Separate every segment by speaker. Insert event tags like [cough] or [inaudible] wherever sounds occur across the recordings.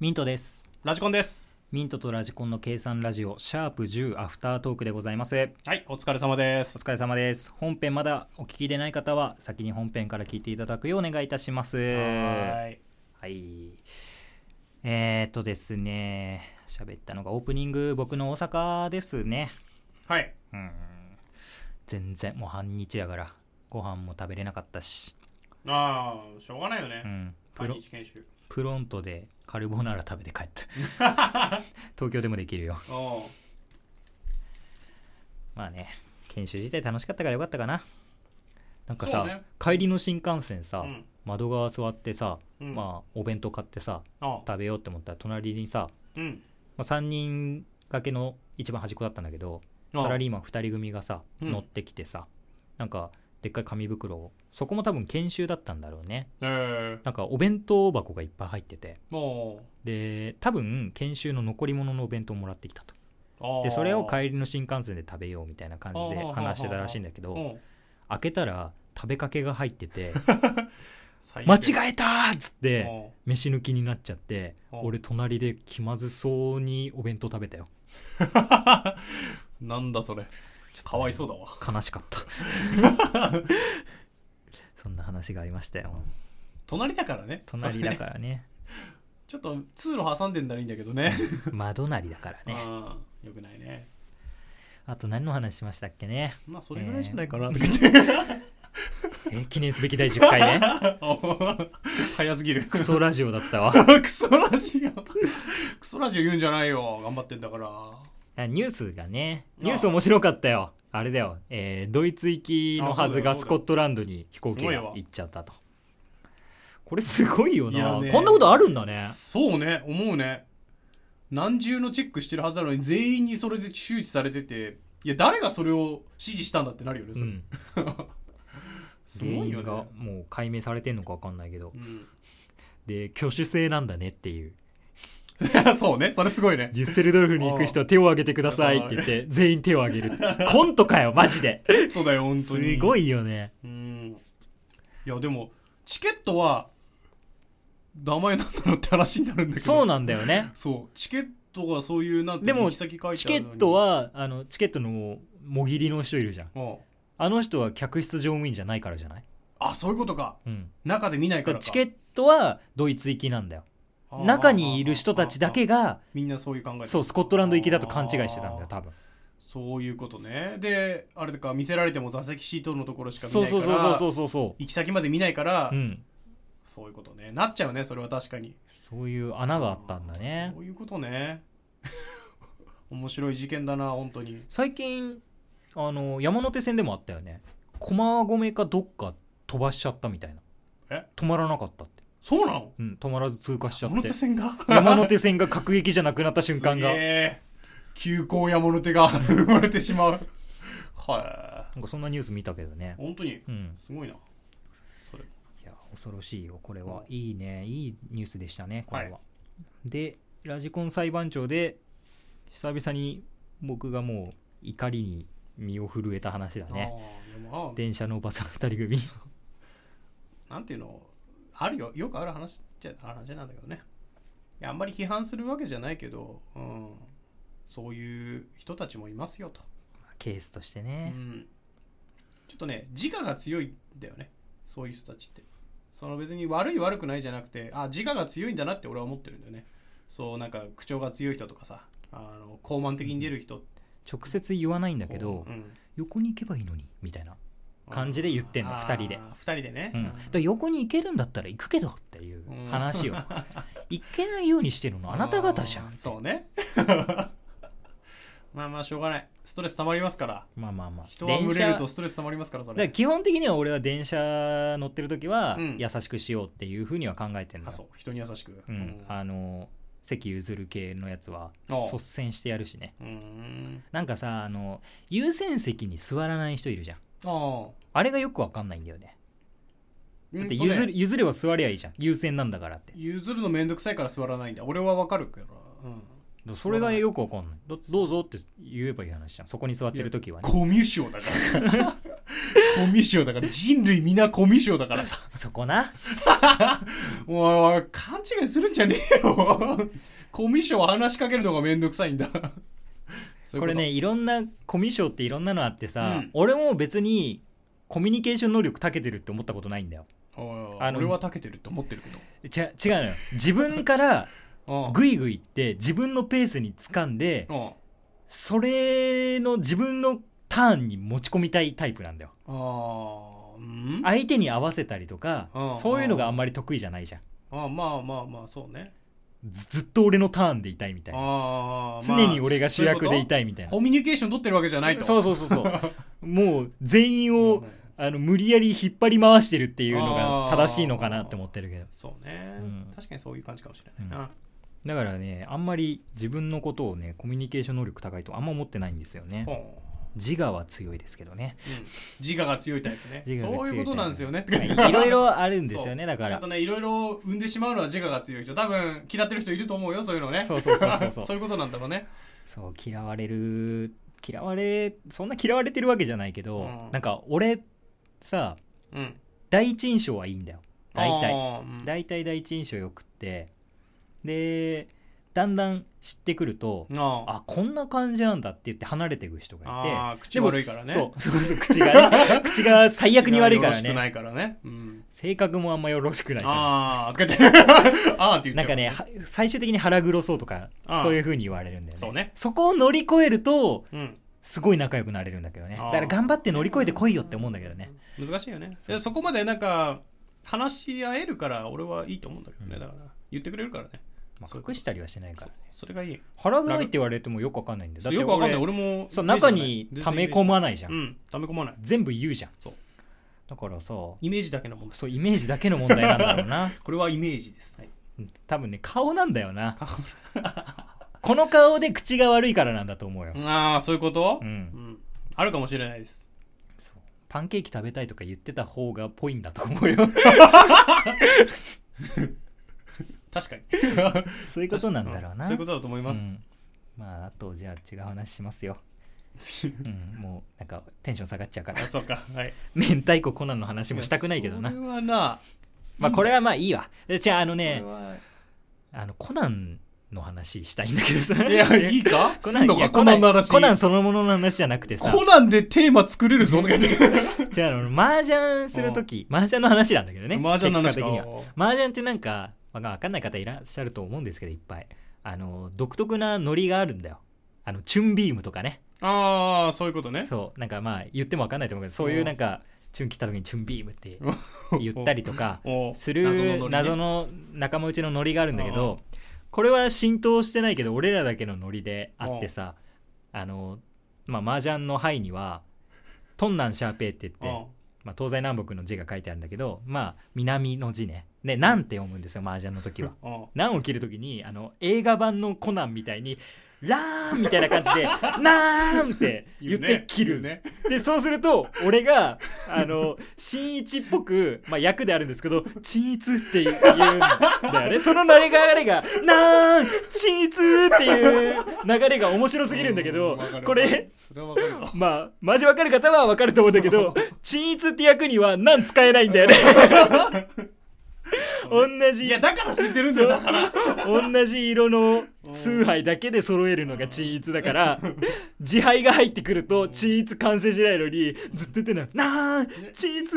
Speaker 1: ミントです。
Speaker 2: ラジコンです。
Speaker 1: ミントとラジコンの計算ラジオ、シャープ10アフタートークでございます。
Speaker 2: はい、お疲れ様で
Speaker 1: お
Speaker 2: す。
Speaker 1: 疲れ様です。本編まだお聞きでない方は、先に本編から聞いていただくようお願いいたします。は
Speaker 2: はーい。
Speaker 1: い。えーっとですね、喋ったのがオープニング、僕の大阪ですね。
Speaker 2: はい。
Speaker 1: うん。全然、もう半日やから、ご飯も食べれなかったし。
Speaker 2: ああ、しょうがないよね。
Speaker 1: うん。プ
Speaker 2: 半
Speaker 1: ロ
Speaker 2: 日研修。
Speaker 1: プロントでカルボナーラ食べて帰った。
Speaker 2: [laughs]
Speaker 1: 東京でもできるよ。
Speaker 2: おう
Speaker 1: まあね研修自体楽しかったからよかったかななんかさ、
Speaker 2: そうね
Speaker 1: 帰りの新幹線さ、
Speaker 2: うん
Speaker 1: 窓側座ってさ、
Speaker 2: うん
Speaker 1: まあお弁当買ってさ
Speaker 2: ああ。
Speaker 1: 食べようって思ったら隣にさ、
Speaker 2: うん。
Speaker 1: まあ、3人掛けの一番端っこだったんだけど
Speaker 2: ああ
Speaker 1: サラリーマン2人組がさ
Speaker 2: うん
Speaker 1: 乗ってきてさ、なんかでっかい紙袋をそこも多分研修だったんだろうね
Speaker 2: ええ。
Speaker 1: なんかお弁当箱がいっぱい入ってて
Speaker 2: も
Speaker 1: で多分研修の残り物のお弁当もらってきたと
Speaker 2: う。ああ
Speaker 1: でそれを帰りの新幹線で食べようみたいな感じ
Speaker 2: あ
Speaker 1: で
Speaker 2: あ
Speaker 1: 話してたらしいんだけど、
Speaker 2: うん
Speaker 1: 開けたら食べかけが入って
Speaker 2: [laughs]
Speaker 1: て
Speaker 2: 最
Speaker 1: 間
Speaker 2: 悪
Speaker 1: 違えたーっつって
Speaker 2: おう
Speaker 1: 飯抜きになっちゃって
Speaker 2: うん
Speaker 1: 俺隣で気まずそうにお弁当食べたよ
Speaker 2: なんだそれ。かわいそうだわ。
Speaker 1: 悲しかった
Speaker 2: [laughs]
Speaker 1: そんな話がありましたよ
Speaker 2: 隣だからね。
Speaker 1: 隣
Speaker 2: そ
Speaker 1: だ
Speaker 2: れね
Speaker 1: からね
Speaker 2: ちょっと通路挟んでんならいいんだけどね。
Speaker 1: 窓なりだからね
Speaker 2: ああ、よくないね。
Speaker 1: あと何の話しましたっけね
Speaker 2: まあ、それぐらいしかないかなとか言って。 [laughs]
Speaker 1: えー記念すべき第10回ね
Speaker 2: 早す
Speaker 1: [laughs]
Speaker 2: ぎる。
Speaker 1: クソラジオだったわ [laughs]
Speaker 2: クソラジオ [laughs] クソラジオ言うんじゃないよ頑張ってんだから
Speaker 1: あニュースがね
Speaker 2: ああ
Speaker 1: ニュース面白かったよあれだよ、えードイツ行きのはず
Speaker 2: あ
Speaker 1: が
Speaker 2: そ
Speaker 1: ス
Speaker 2: うだ
Speaker 1: コ
Speaker 2: よ
Speaker 1: ットランドに飛行機
Speaker 2: すご
Speaker 1: が
Speaker 2: いわ
Speaker 1: 行っちゃったとこれすごいよ
Speaker 2: い
Speaker 1: な
Speaker 2: やね
Speaker 1: こんなことあるんだね
Speaker 2: そうね思うね何重のチェックしてるはずなのに全員にそれで周知されてていや誰がそれを指示したんだってなるよね
Speaker 1: う
Speaker 2: それ、
Speaker 1: ん
Speaker 2: す
Speaker 1: 原
Speaker 2: ご
Speaker 1: 因
Speaker 2: いよ
Speaker 1: が
Speaker 2: ね、
Speaker 1: もう解明されてんのか分かんないけど
Speaker 2: うん、
Speaker 1: で挙手制なんだねっていう
Speaker 2: [laughs] そうねそれすごいね
Speaker 1: デュッセルドルフに行く人は手を挙げてくださいって言って全員手を挙げるコントかよマジで
Speaker 2: そうだよ本当に
Speaker 1: すご
Speaker 2: い
Speaker 1: いよね
Speaker 2: うんいやでもチケットは名前なんだろうって話になるんだけど
Speaker 1: そうなんだよね
Speaker 2: そうチケットがそういうなんて
Speaker 1: でも
Speaker 2: 行き先書い
Speaker 1: チ
Speaker 2: て
Speaker 1: ケ
Speaker 2: あるのに
Speaker 1: ットはあのチケットのもぎりの人いるじゃん
Speaker 2: うん
Speaker 1: あの人は客室乗務員じゃないからじゃない
Speaker 2: あそういうことか
Speaker 1: うん
Speaker 2: 中で見ない
Speaker 1: だか
Speaker 2: から
Speaker 1: ら
Speaker 2: か
Speaker 1: チケットはドイツ行きなんだよ
Speaker 2: あー
Speaker 1: 中にいる人たちだけが
Speaker 2: みんなそういう考え
Speaker 1: そうスコットランド行きだと勘違いしてたんだよ
Speaker 2: あー
Speaker 1: 多分
Speaker 2: そういうことねであれだか見せられても座席シートのところしか見
Speaker 1: そう
Speaker 2: ないか
Speaker 1: そう
Speaker 2: ら
Speaker 1: そうそうそうそ
Speaker 2: 行き先まで見ないから、
Speaker 1: ううん
Speaker 2: そういうことねなっちゃうねそれは確かに
Speaker 1: そういう穴があったんだね
Speaker 2: そういうことね [laughs] 面白い事件だな本当に
Speaker 1: 最近あの山手線でもあったよね駒込かどっか飛ばしちゃったみたいな
Speaker 2: え
Speaker 1: 止まらなかったって
Speaker 2: そうなの
Speaker 1: うん止まらず通過しちゃっ
Speaker 2: 山
Speaker 1: て
Speaker 2: 手線が
Speaker 1: 山手線が各駅じゃなくなった瞬間が
Speaker 2: すげえ急行山手が [laughs] 生まれてしまうは
Speaker 1: なんかそんなニュース見たけどね
Speaker 2: い本当に
Speaker 1: うん
Speaker 2: すごいなそれ
Speaker 1: いや恐ろしいよこれは
Speaker 2: うん
Speaker 1: いいねいいニュースでしたねこれは、
Speaker 2: は
Speaker 1: でラジコン裁判長で久々に僕がもう怒りに身を震えた話だね
Speaker 2: あーでもあー
Speaker 1: 電車のおばさん2人組
Speaker 2: なんていうのあるよよくある話じゃある話なんだけどねいやあんまり批判するわけじゃないけど、うん、そういう人たちもいますよと、
Speaker 1: ケースとして
Speaker 2: う
Speaker 1: ね、
Speaker 2: ん、ちょっとね自我が強いんだよねそういう人たちってその別に悪い悪くないじゃなくてあ自我が強いんだなって俺は思ってるんだよねそうなんか口調が強い人とかさあの高慢的に出る人
Speaker 1: 直接言わないんだけど、
Speaker 2: うん
Speaker 1: 横に行けばいいのにみたいな感じで言ってんの
Speaker 2: あー
Speaker 1: 二人で
Speaker 2: 二人でね、
Speaker 1: うん、だから横に行けるんだったら行くけどっていう
Speaker 2: [laughs]
Speaker 1: 話を行けないようにしてるのあなた方じゃん
Speaker 2: う
Speaker 1: って
Speaker 2: そうね [laughs] まあまあしょうがないストレス溜まりますから
Speaker 1: まあまあまあ
Speaker 2: 人は群れる
Speaker 1: 電車
Speaker 2: とストレス溜まりますからそ
Speaker 1: だから
Speaker 2: れ
Speaker 1: 基本的には俺は電車乗ってる時は
Speaker 2: うん
Speaker 1: 優しくしようっていうふうには考えてるん
Speaker 2: あ
Speaker 1: だ
Speaker 2: そう人に優しく
Speaker 1: う
Speaker 2: うん
Speaker 1: ん、あの席譲る系のやつは
Speaker 2: おう
Speaker 1: 率先してやるしね
Speaker 2: うーん
Speaker 1: なんかさあの優先席に座らない人いるじゃん
Speaker 2: あ
Speaker 1: あれがよくわかんないんだよね
Speaker 2: あ
Speaker 1: だって譲
Speaker 2: る
Speaker 1: る譲れば座りゃいいじゃん優先なんだからって
Speaker 2: 譲るのめんどくさいから座らないんだ俺はわかるからうん
Speaker 1: それがよくわかんないどどうぞって言えばいい話じゃんそこに座ってる時はね
Speaker 2: コミュ障だからさ [laughs] コミュ障だから、人類皆コミュ障だからさ。
Speaker 1: [laughs] そこな
Speaker 2: もう、勘違いするんじゃねえよ。 [laughs] コミュ障話しかけるのがめんどくさいんだ。そういうと
Speaker 1: これね、いろんなコミュ障っていろんなのあってさ、
Speaker 2: うん
Speaker 1: 俺も別にコミュニケーション能力長けてるって思ったことないんだよ
Speaker 2: おいおい
Speaker 1: あの
Speaker 2: 俺はたけてると思ってるけど。
Speaker 1: ちゃ違うのよ自分から
Speaker 2: うん
Speaker 1: グイグイって自分のペースにつかんで
Speaker 2: うん
Speaker 1: それの自分のターンに持ち込みたいタイプなんだよ
Speaker 2: あーうん
Speaker 1: 相手に合わせたりとか
Speaker 2: うん
Speaker 1: そういうのがあんまり得意じゃないじゃん
Speaker 2: あーまあまあまあそうね
Speaker 1: ずずっと俺のターンでいたいみたいな
Speaker 2: あーまあ
Speaker 1: 常に俺が主役でいたいみたいな
Speaker 2: コミュニケーション取ってるわけじゃないと
Speaker 1: そうそうそうそう
Speaker 2: [laughs]
Speaker 1: もう全員
Speaker 2: う
Speaker 1: を
Speaker 2: ん
Speaker 1: あの無理やり引っ張り回してるっていうのが正しいのかなって思ってるけど
Speaker 2: そうね、
Speaker 1: うん
Speaker 2: 確かにそういう感じかもしれないな、
Speaker 1: だからねあんまり自分のことをねコミュニケーション能力高いとあんま思ってないんですよね
Speaker 2: ほう
Speaker 1: 自我は強いですけど
Speaker 2: [laughs]
Speaker 1: ね
Speaker 2: うん自我が強いタイプね
Speaker 1: 自我が強いタイプ
Speaker 2: そういうことなんですよね
Speaker 1: はいいろいろあるんですよね
Speaker 2: そう
Speaker 1: だか
Speaker 2: [laughs] ちょっ
Speaker 1: ら
Speaker 2: とねいろいろ生んでしまうのは自我が強い人多分嫌ってる人いると思うよそういうのね
Speaker 1: そうそうそうそうそう
Speaker 2: [laughs] そういうことなんだろうね
Speaker 1: そう嫌われる嫌われそんな嫌われてるわけじゃないけど、
Speaker 2: うん
Speaker 1: なんか俺さ
Speaker 2: うん
Speaker 1: 第一印象はいいんだよ大体
Speaker 2: あーうん
Speaker 1: 大体第一印象よくってでだんだん知ってくると
Speaker 2: あー
Speaker 1: あこんな感じなんだって言って離れていく人がいて
Speaker 2: あー口
Speaker 1: でも
Speaker 2: 悪いからね
Speaker 1: そうそうそう口が [laughs] ね口が最悪に悪いから
Speaker 2: よろしくな
Speaker 1: ね
Speaker 2: いからね、うん、
Speaker 1: 性格もあんまよろしくないか
Speaker 2: ああー、って。 [laughs] あーって
Speaker 1: ら
Speaker 2: 言
Speaker 1: なん
Speaker 2: っちゃ
Speaker 1: か
Speaker 2: う。
Speaker 1: ねは最終的に腹黒そうとか
Speaker 2: あー
Speaker 1: そういう風に言われるんだよね
Speaker 2: そうね
Speaker 1: そこを乗り越えると
Speaker 2: うん。
Speaker 1: すごい仲良くなれるんだけどねだ
Speaker 2: あー
Speaker 1: から頑張って乗り越えてこいよって思うんだけどね
Speaker 2: 難しいよね。
Speaker 1: そう
Speaker 2: でそこまでなんか、話し合えるから俺はいいと思うんだけど
Speaker 1: う
Speaker 2: ね。
Speaker 1: ん
Speaker 2: だから、言ってくれるからね。
Speaker 1: まあ
Speaker 2: そういうこと
Speaker 1: 隠したりはしないからね
Speaker 2: それがいい。
Speaker 1: 腹黒いって言われてもよくわかんないんだよだ
Speaker 2: そ
Speaker 1: っ
Speaker 2: う
Speaker 1: て
Speaker 2: よくわかんない。俺も。
Speaker 1: そう中に溜め込
Speaker 2: む。
Speaker 1: まないじゃん
Speaker 2: うん。溜め込まない。
Speaker 1: 全部言うじゃん
Speaker 2: そう
Speaker 1: だからさ
Speaker 2: イメージだけのもんです。
Speaker 1: そうイメージだけの問題なんだろうな [laughs]
Speaker 2: これはイメージです。はい。
Speaker 1: うん多分ね顔なんだよなこの顔で口が悪いからなんだと思うよ、
Speaker 2: ああ、そういうこと
Speaker 1: う
Speaker 2: うん
Speaker 1: ん、
Speaker 2: あるかもしれないです。
Speaker 1: パンケーキ食べたいとか言ってた方がぽいんだと思うよ
Speaker 2: 確かに。
Speaker 1: そういうことなんだろうな
Speaker 2: そういうことだと思います
Speaker 1: う。んまああとじゃあ違う話しますよ、うん、もうなんかテンション下がっちゃうか
Speaker 2: [laughs] あ
Speaker 1: ら [laughs]
Speaker 2: そうか。はい。
Speaker 1: 明太子コナンの話もしたくないけどな
Speaker 2: それはな。
Speaker 1: まあこれはまあいいわじゃああのね
Speaker 2: これは
Speaker 1: あのコナンの話したいんだけどさ [laughs]
Speaker 2: いや、いいか
Speaker 1: コナン
Speaker 2: すんの
Speaker 1: い
Speaker 2: か
Speaker 1: や
Speaker 2: コナンの話。
Speaker 1: コナンそのものの話じゃなくてさ
Speaker 2: コナンでテーマ作れるぞとか言って。
Speaker 1: じゃああの麻雀するとき麻雀の話なんだけどね
Speaker 2: 麻雀の話
Speaker 1: 結
Speaker 2: か
Speaker 1: 果的には麻雀ってなんか、まあ、分かんない方いらっしゃると思うんですけどいっぱいあの独特なノリがあるんだよあのチュンビームとかね
Speaker 2: ああ、そういうことね。
Speaker 1: そうなんかまあ言っても分かんないと思うけどそういうなんかチュン切った時にチュンビーム
Speaker 2: [laughs]
Speaker 1: って言ったりとか
Speaker 2: お
Speaker 1: する謎の,、
Speaker 2: ノリね
Speaker 1: 仲間内のノリがあるんだけ
Speaker 2: うんう
Speaker 1: どこれは浸透してないけど俺らだけのノリであってさあのまあ麻雀の牌にはトンナンシャーペーって言ってまあ、東西南北の字が書いてあるんだけど、まあ、南の字ね。で、なんて読むんですよ、麻雀の時は。
Speaker 2: うんうん
Speaker 1: なんを切る時に、あの、映画版のコナンみたいに、ラーンみたいな感じ
Speaker 2: [laughs]
Speaker 1: で、なーンって言
Speaker 2: 言
Speaker 1: って切る。
Speaker 2: うね。
Speaker 1: で、そうすると、俺が、あの、新一っぽく、まあ、役であるんですけど、陳一って言うんだよね。その流れが、流れが、なーン陳一っていう流れが面白すぎるんだけ
Speaker 2: う
Speaker 1: ど
Speaker 2: わかるわ、か
Speaker 1: これ、
Speaker 2: る、それはわかるわ
Speaker 1: まあ、マジわかる方はわかると思うんだけ
Speaker 2: [laughs]
Speaker 1: ど、鎮逸って役には何使えないんだよね。同じ
Speaker 2: いや、だから捨ててるんだよ。だから。
Speaker 1: 同じ色の崇拝だけで揃えるのが鎮逸だから、自敗が入ってくると鎮逸完成しないのに、ずっと言ってんのよ。なあ、鎮逸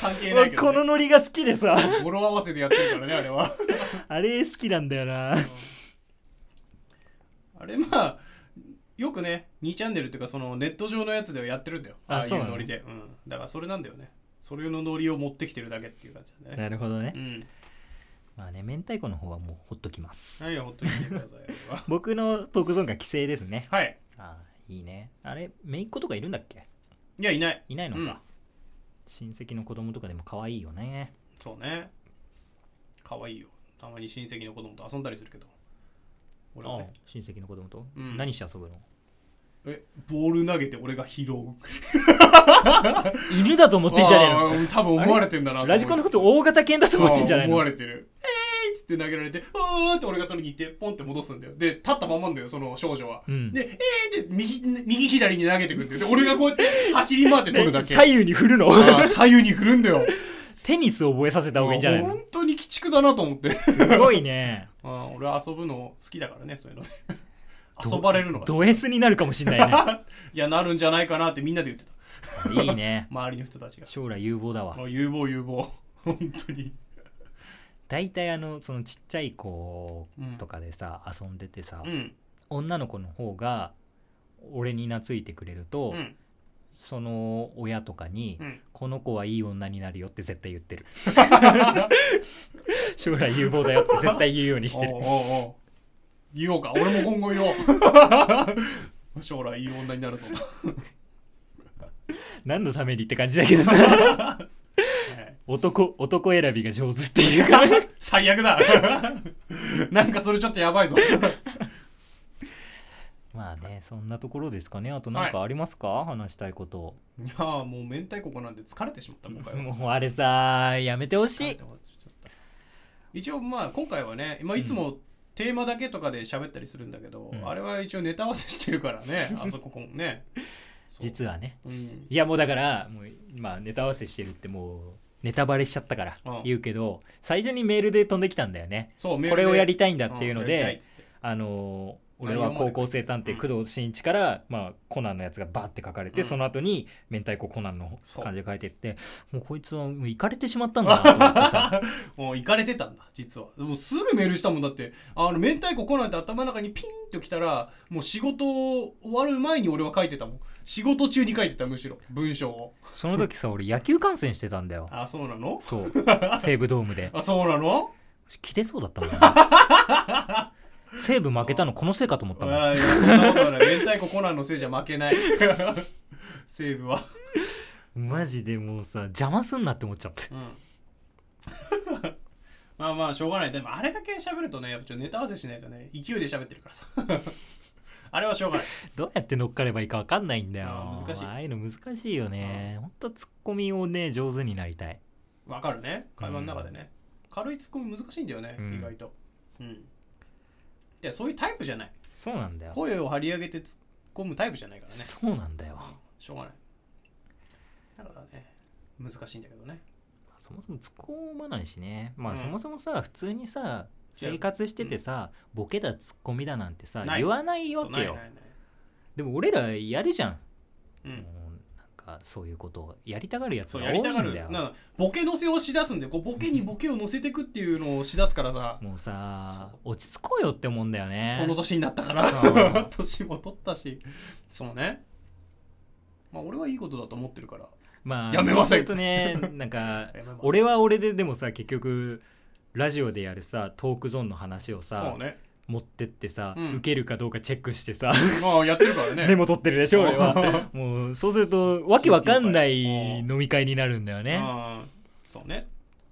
Speaker 2: 関係ないけ
Speaker 1: こ
Speaker 2: ど、
Speaker 1: の
Speaker 2: ね。
Speaker 1: ノリが好きでさ、
Speaker 2: 語呂合わせでやってるからね、あれは。
Speaker 1: あれ好きなんだよな。
Speaker 2: あれ、まあ、よくね、2チャンネルっていうか、そのネット上のやつではやってるんだよ。
Speaker 1: あ
Speaker 2: ああい
Speaker 1: そうな
Speaker 2: う
Speaker 1: の
Speaker 2: ノリで。うん。だから、それなんだよね。それのノリを持ってきてるだけっていう感じだね。
Speaker 1: なるほどね
Speaker 2: う。ん。
Speaker 1: まあね、明太子の方はもうほっときます。
Speaker 2: はい、ほっといてください。あれは
Speaker 1: 僕のトークゾーンが規制ですね。
Speaker 2: はい。
Speaker 1: ああ、いいね。あれ、姪っ子とかいるんだっけ
Speaker 2: いや、いない。
Speaker 1: いないのか。
Speaker 2: うん
Speaker 1: 親戚の子供とかでも可愛いよね
Speaker 2: そうね可愛いよたまに親戚の子供と遊んだりするけど俺はね
Speaker 1: 親戚の子供と、
Speaker 2: うん
Speaker 1: 何して遊ぶの
Speaker 2: えボール投げて俺が拾う
Speaker 1: 犬だと思ってんじゃねえ
Speaker 2: あー多分思われてんだな
Speaker 1: の
Speaker 2: と
Speaker 1: ラジコンのこと
Speaker 2: 思
Speaker 1: 大型犬だと思ってんじゃない
Speaker 2: あー
Speaker 1: の
Speaker 2: 思われてるえーっつつって投げられて、あーって俺が取りに行って、ポンって戻すんだよ。で、立ったままなんだよ、その少女は。
Speaker 1: うん
Speaker 2: で、えーって右、右左に投げてくるんだよ。で、俺がこうやって走り回って取るだけ。
Speaker 1: 左右に振るの
Speaker 2: あー左右に振るんだよ。
Speaker 1: [laughs] テニス覚えさせた方がいいんじゃないの
Speaker 2: 本当に鬼畜だなと思って。
Speaker 1: すごい
Speaker 2: [laughs]
Speaker 1: ね。
Speaker 2: あー俺は遊ぶの好きだからね、そういうのね。遊ばれるのが好き。
Speaker 1: ド S になるかもしれない
Speaker 2: [laughs] いや、なるんじゃないかなってみんなで言ってた。
Speaker 1: ね。いいね。
Speaker 2: 周りの人たちが。
Speaker 1: 将来有望だわ。
Speaker 2: あ有望有望。本当に。
Speaker 1: 大体あの、そのちっちゃい子とかでさ、遊んでてさ、
Speaker 2: うん。
Speaker 1: 女の子の方が俺に懐いてくれると、
Speaker 2: うん。
Speaker 1: その親とかに、
Speaker 2: うん。
Speaker 1: この子はいい女になるよって絶対言
Speaker 2: [laughs]
Speaker 1: ってる将来有望だよって絶対言うようにしてる
Speaker 2: おうおうおう言おうか俺も今後言おう将来いい女になると思う、
Speaker 1: 何のためにって感じだけどさ
Speaker 2: はい
Speaker 1: 男男選びが上手っていうか
Speaker 2: 最悪だなんかそれちょっとやばいぞ
Speaker 1: [laughs] まあねそんなところですかねあと何かありますか、話したいこと
Speaker 2: いやあもう明太子なんで疲れてしまった今回は
Speaker 1: もうあれさやめてほしい
Speaker 2: 一応まあ今回はね、まあ、いつもテーマだけとかで喋ったりするんだけど、
Speaker 1: うん
Speaker 2: あれは一応ネタ合わせしてるから
Speaker 1: [laughs]
Speaker 2: ねあそここんねそう
Speaker 1: 実はね
Speaker 2: うん
Speaker 1: いやもうだからもう今ネタ合わせしてるってもうネタバレしちゃったから
Speaker 2: うん
Speaker 1: 言うけど最初にメールで飛んできたんだよね
Speaker 2: そうメールで
Speaker 1: これをやりたいんだっていうの
Speaker 2: んやりたい
Speaker 1: で
Speaker 2: っつって
Speaker 1: あのー俺
Speaker 2: 内
Speaker 1: は
Speaker 2: 容まで
Speaker 1: 高校生探偵工藤新一から、まあ、コナンのやつがバーって書かれて、
Speaker 2: うん
Speaker 1: その後に明太子コナンの
Speaker 2: そう
Speaker 1: 感じで書いてってもうこいつはもう行かれてしまったんだなと思ってさ
Speaker 2: もう行かれてたんだ、実は。もうすぐメールしたもんだって、あの、明太子来ないって頭の中にピンと来たら、もう仕事終わる前に俺は書いてたもん。仕事中に書いてた、むしろ。文章を。
Speaker 1: その時さ俺野球観戦してたんだよ
Speaker 2: あ、そうなの
Speaker 1: そう西武ドームで
Speaker 2: あ、そうなの
Speaker 1: 切れそうだったもんね
Speaker 2: [laughs]
Speaker 1: 西武負けたのこのせいかと思ったもん
Speaker 2: あいやそんなことはない。明太子コナンのせいじゃ負けない。 [laughs] セーブは。
Speaker 1: マジでもうさ邪魔すんなって思っちゃって
Speaker 2: うん。 [laughs] まあまあ、しょうがない。でも、あれだけ喋るとね、やっぱちょっとネタ合わせしないとね、勢いで喋ってるからさ。 [laughs] あれはしょうがない。
Speaker 1: どうやって乗っかればいいか分かんないんだよ
Speaker 2: あー難しい
Speaker 1: ああいうの難しいよねほんとツッコミをね上手になりたい
Speaker 2: わかるね会話の中でね、軽いツッコミ難しいんだよね、
Speaker 1: うん
Speaker 2: 意外とうんでそういうタイプじゃない
Speaker 1: そうなんだよ
Speaker 2: 声を張り上げて突っ込むタイプじゃないからね
Speaker 1: そうなんだよ
Speaker 2: しょうがないだからね難しいんだけどね
Speaker 1: そもそも突っ込まないしねまあ、
Speaker 2: うん
Speaker 1: そもそもさ普通にさ生活しててさ、ボケだツッコミだなんてさ
Speaker 2: ない
Speaker 1: 言わないわ
Speaker 2: そうな
Speaker 1: け
Speaker 2: いな
Speaker 1: よ
Speaker 2: いない
Speaker 1: でも俺らやるじゃん、
Speaker 2: うん
Speaker 1: もうなんかそういうことをやりたがるやつ
Speaker 2: そ
Speaker 1: が
Speaker 2: う
Speaker 1: 多
Speaker 2: や
Speaker 1: い
Speaker 2: り
Speaker 1: ん
Speaker 2: たが
Speaker 1: だ
Speaker 2: る
Speaker 1: よ
Speaker 2: なボケのせをしだすんでこうボケにボケを乗せてくっていうのをしだすからさ
Speaker 1: もうさ
Speaker 2: そ
Speaker 1: 落ち着こうよって思うんだよね
Speaker 2: この年になったか
Speaker 1: そ
Speaker 2: ら
Speaker 1: う
Speaker 2: [laughs] 年も取ったしそうねまあ俺はいいことだと思ってるから
Speaker 1: まあ
Speaker 2: やめません
Speaker 1: そうするとねなんか
Speaker 2: [laughs] やめます
Speaker 1: 俺は俺ででもさ結局ラジオでやるさトークゾーンの話をさ
Speaker 2: そう、ね
Speaker 1: 持ってってさ、
Speaker 2: うん
Speaker 1: 受けるかどうかチェックしてさ
Speaker 2: まあやってるからね
Speaker 1: メモ取ってるでしょ俺
Speaker 2: [laughs]
Speaker 1: はもうそうするとわけわかんない飲み会になるんだよね
Speaker 2: うんそうね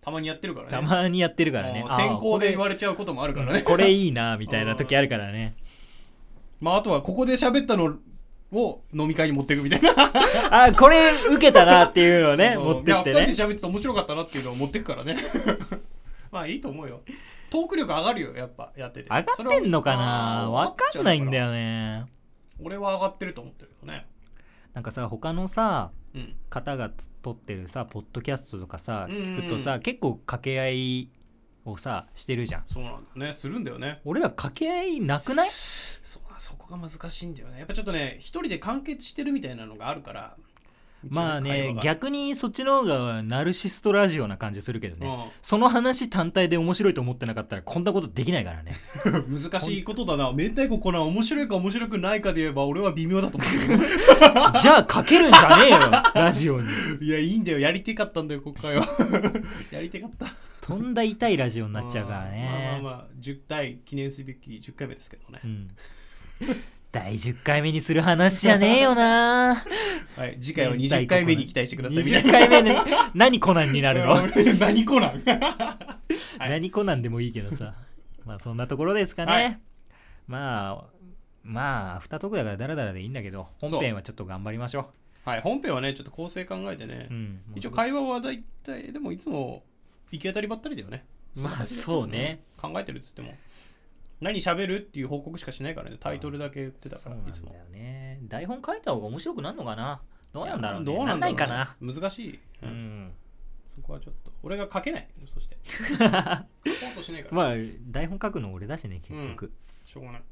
Speaker 2: たまにやってるからね
Speaker 1: たまにやってるからね
Speaker 2: うん
Speaker 1: あー
Speaker 2: 先行で言われちゃうこともあるからね、
Speaker 1: これいいなみたいな時あるからね
Speaker 2: まああとはここで喋ったのを飲み会に持っていくみたいな
Speaker 1: [laughs] あーこれ受けたなっていうのをね
Speaker 2: うん
Speaker 1: 持ってって
Speaker 2: いや二
Speaker 1: ね
Speaker 2: 人で喋ってて面白かったなっていうのを持ってくからね [laughs] まあいいと思うよトーク力上がるよやっぱやってて
Speaker 1: 上がってんのか
Speaker 2: そ
Speaker 1: な
Speaker 2: れは
Speaker 1: わかんないんだ
Speaker 2: わか
Speaker 1: よ
Speaker 2: っちゃう
Speaker 1: ね
Speaker 2: から俺は上がってると思ってるけどね
Speaker 1: なんかさ他のさ
Speaker 2: うん
Speaker 1: 方が撮ってるさポッドキャストとかさ
Speaker 2: うんうんうん
Speaker 1: 聞くとさ結構掛け合いをさしてるじゃん
Speaker 2: そうなんだねするんだよね
Speaker 1: 俺ら掛け合いなくない
Speaker 2: そうだそこが難しいんだよねやっぱちょっとね一人で完結してるみたいなのがあるから
Speaker 1: まあね
Speaker 2: 逆
Speaker 1: 逆にそっちの方がナルシストラジオな感じするけどね、
Speaker 2: うん
Speaker 1: その話単体で面白いと思ってなかったらこんなことできないから
Speaker 2: [laughs]
Speaker 1: ね
Speaker 2: 難しいことだな明太子コナン面白いか面白くないかで言えば俺は微妙だと思う
Speaker 1: じゃあかけるんじゃねえよラジオに
Speaker 2: けど [laughs] いやいいんだよやりてかったんだよ [laughs] 国会はやりてかった
Speaker 1: とんだ痛いラジオになっちゃうから
Speaker 2: うんま
Speaker 1: ね
Speaker 2: あまあまあ10回記念すべき10回目ですけどね
Speaker 1: う、ん第10回目にする話じゃねえよ
Speaker 2: [laughs]
Speaker 1: な
Speaker 2: はい、次回は20回目に期待してくださいみたい
Speaker 1: 20回目で何コナンになるの、
Speaker 2: な [laughs] 何コナンはい
Speaker 1: 何コナンでもいいけどさまあそんなところですかね、
Speaker 2: はい
Speaker 1: まあまあアフタートークだからダラダラでいいんだけど
Speaker 2: う
Speaker 1: 本編はちょっと頑張りましょ
Speaker 2: はい本編はねちょっと構成考えてね
Speaker 1: う、う、ん、
Speaker 2: 一応会話は大体でもいつも行き当たりばったりだよね
Speaker 1: まあそうね
Speaker 2: 考えてるっつっても何喋るっていう報告しかしないからねタイトルだけ言ってた
Speaker 1: そ
Speaker 2: か
Speaker 1: う
Speaker 2: ら
Speaker 1: なん
Speaker 2: いつも
Speaker 1: だよね台本書いた方が面白くなるのかなどうなんだろうね
Speaker 2: どうな
Speaker 1: な
Speaker 2: んだろ
Speaker 1: ん
Speaker 2: う
Speaker 1: ないかな
Speaker 2: ね難しい、う
Speaker 1: うんん
Speaker 2: そこはちょっと俺が書けない
Speaker 1: [laughs]
Speaker 2: そして書こうとしないから
Speaker 1: まあ台本書くの俺だしね結局、
Speaker 2: しょうがない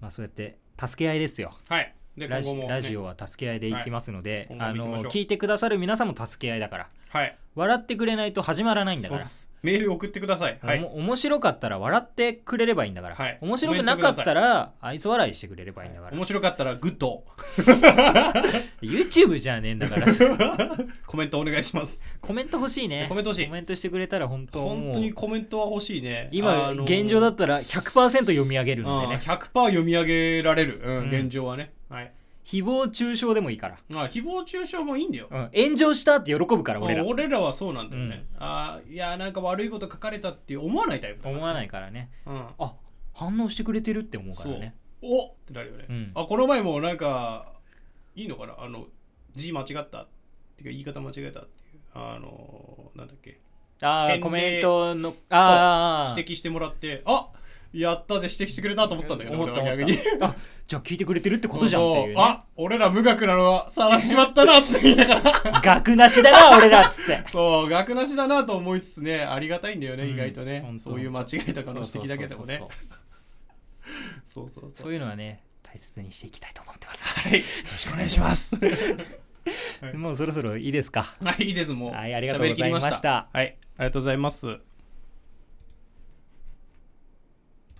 Speaker 1: まあそうやって助け合いですよ
Speaker 2: はいで
Speaker 1: ラ
Speaker 2: 今後
Speaker 1: ジ
Speaker 2: も、ね、
Speaker 1: ラジオは助け合いでいきますので、
Speaker 2: はい
Speaker 1: あ
Speaker 2: 今後も行きましょ
Speaker 1: の
Speaker 2: う
Speaker 1: 聞いてくださる皆さんも助け合いだから
Speaker 2: はい
Speaker 1: 笑ってくれないと始まらないんだから
Speaker 2: そうですメール送ってくださいは
Speaker 1: お
Speaker 2: い
Speaker 1: も面白かったら笑ってくれればいいんだから、
Speaker 2: はい
Speaker 1: 面白くなかったら愛想笑いしてくれればいいんだから、
Speaker 2: 面白かったらグッド
Speaker 1: YouTube じゃねえんだ
Speaker 2: [laughs]
Speaker 1: から
Speaker 2: コメントお願いします
Speaker 1: コメント欲しいね
Speaker 2: コメント欲しい
Speaker 1: コメントしてくれたら本当
Speaker 2: 本当
Speaker 1: もう
Speaker 2: にコメントは欲しいね
Speaker 1: 今
Speaker 2: あの
Speaker 1: 現状だったら100%読み上げるので
Speaker 2: うん
Speaker 1: ね
Speaker 2: 100%読み上げられる、うん
Speaker 1: うん
Speaker 2: 現状はね、はい、
Speaker 1: 誹謗中傷でもいいから、
Speaker 2: あ誹謗中傷もいいんだよ
Speaker 1: うん、炎上したって喜ぶから俺ら
Speaker 2: あはそうなんだよね、あいやなんか悪いこと書かれたって思わないタイプだ、
Speaker 1: 思わないいからね
Speaker 2: うん、
Speaker 1: あ反応してくれてるって思うからね
Speaker 2: おってなるよね、
Speaker 1: うん
Speaker 2: あこの前もなんかいいのかなあの字間違ったっていうか言い方間違えたっていうあのなんだっけ
Speaker 1: ああ
Speaker 2: 返礼
Speaker 1: コメントのああ
Speaker 2: 指摘してもらってあやったぜ指摘してくれたと思ったんだけど
Speaker 1: 思った思
Speaker 2: 俺は
Speaker 1: っ
Speaker 2: 逆に
Speaker 1: たあじゃあ聞いてくれてるってことじゃんっていう、ね、
Speaker 2: そうあ俺ら無学なのは晒しちまったなって言いながら
Speaker 1: [laughs] 学なしだな俺らっつって
Speaker 2: [laughs] そう、学なしだなと思いつつね、ありがたいんだよね、
Speaker 1: うん
Speaker 2: 意外とね
Speaker 1: 本。当
Speaker 2: そういう間違いとかの指摘だけでもね
Speaker 1: そう。そうそうそう
Speaker 2: そうそう
Speaker 1: そう
Speaker 2: う。
Speaker 1: いうのはね大切にしていきたいと思ってます
Speaker 2: はい。よろしくお願いします。
Speaker 1: もうそろそろいいですか
Speaker 2: はい、いいです、もう。
Speaker 1: はいありがとうございました
Speaker 2: 喋り切りはい、ありがとうございます。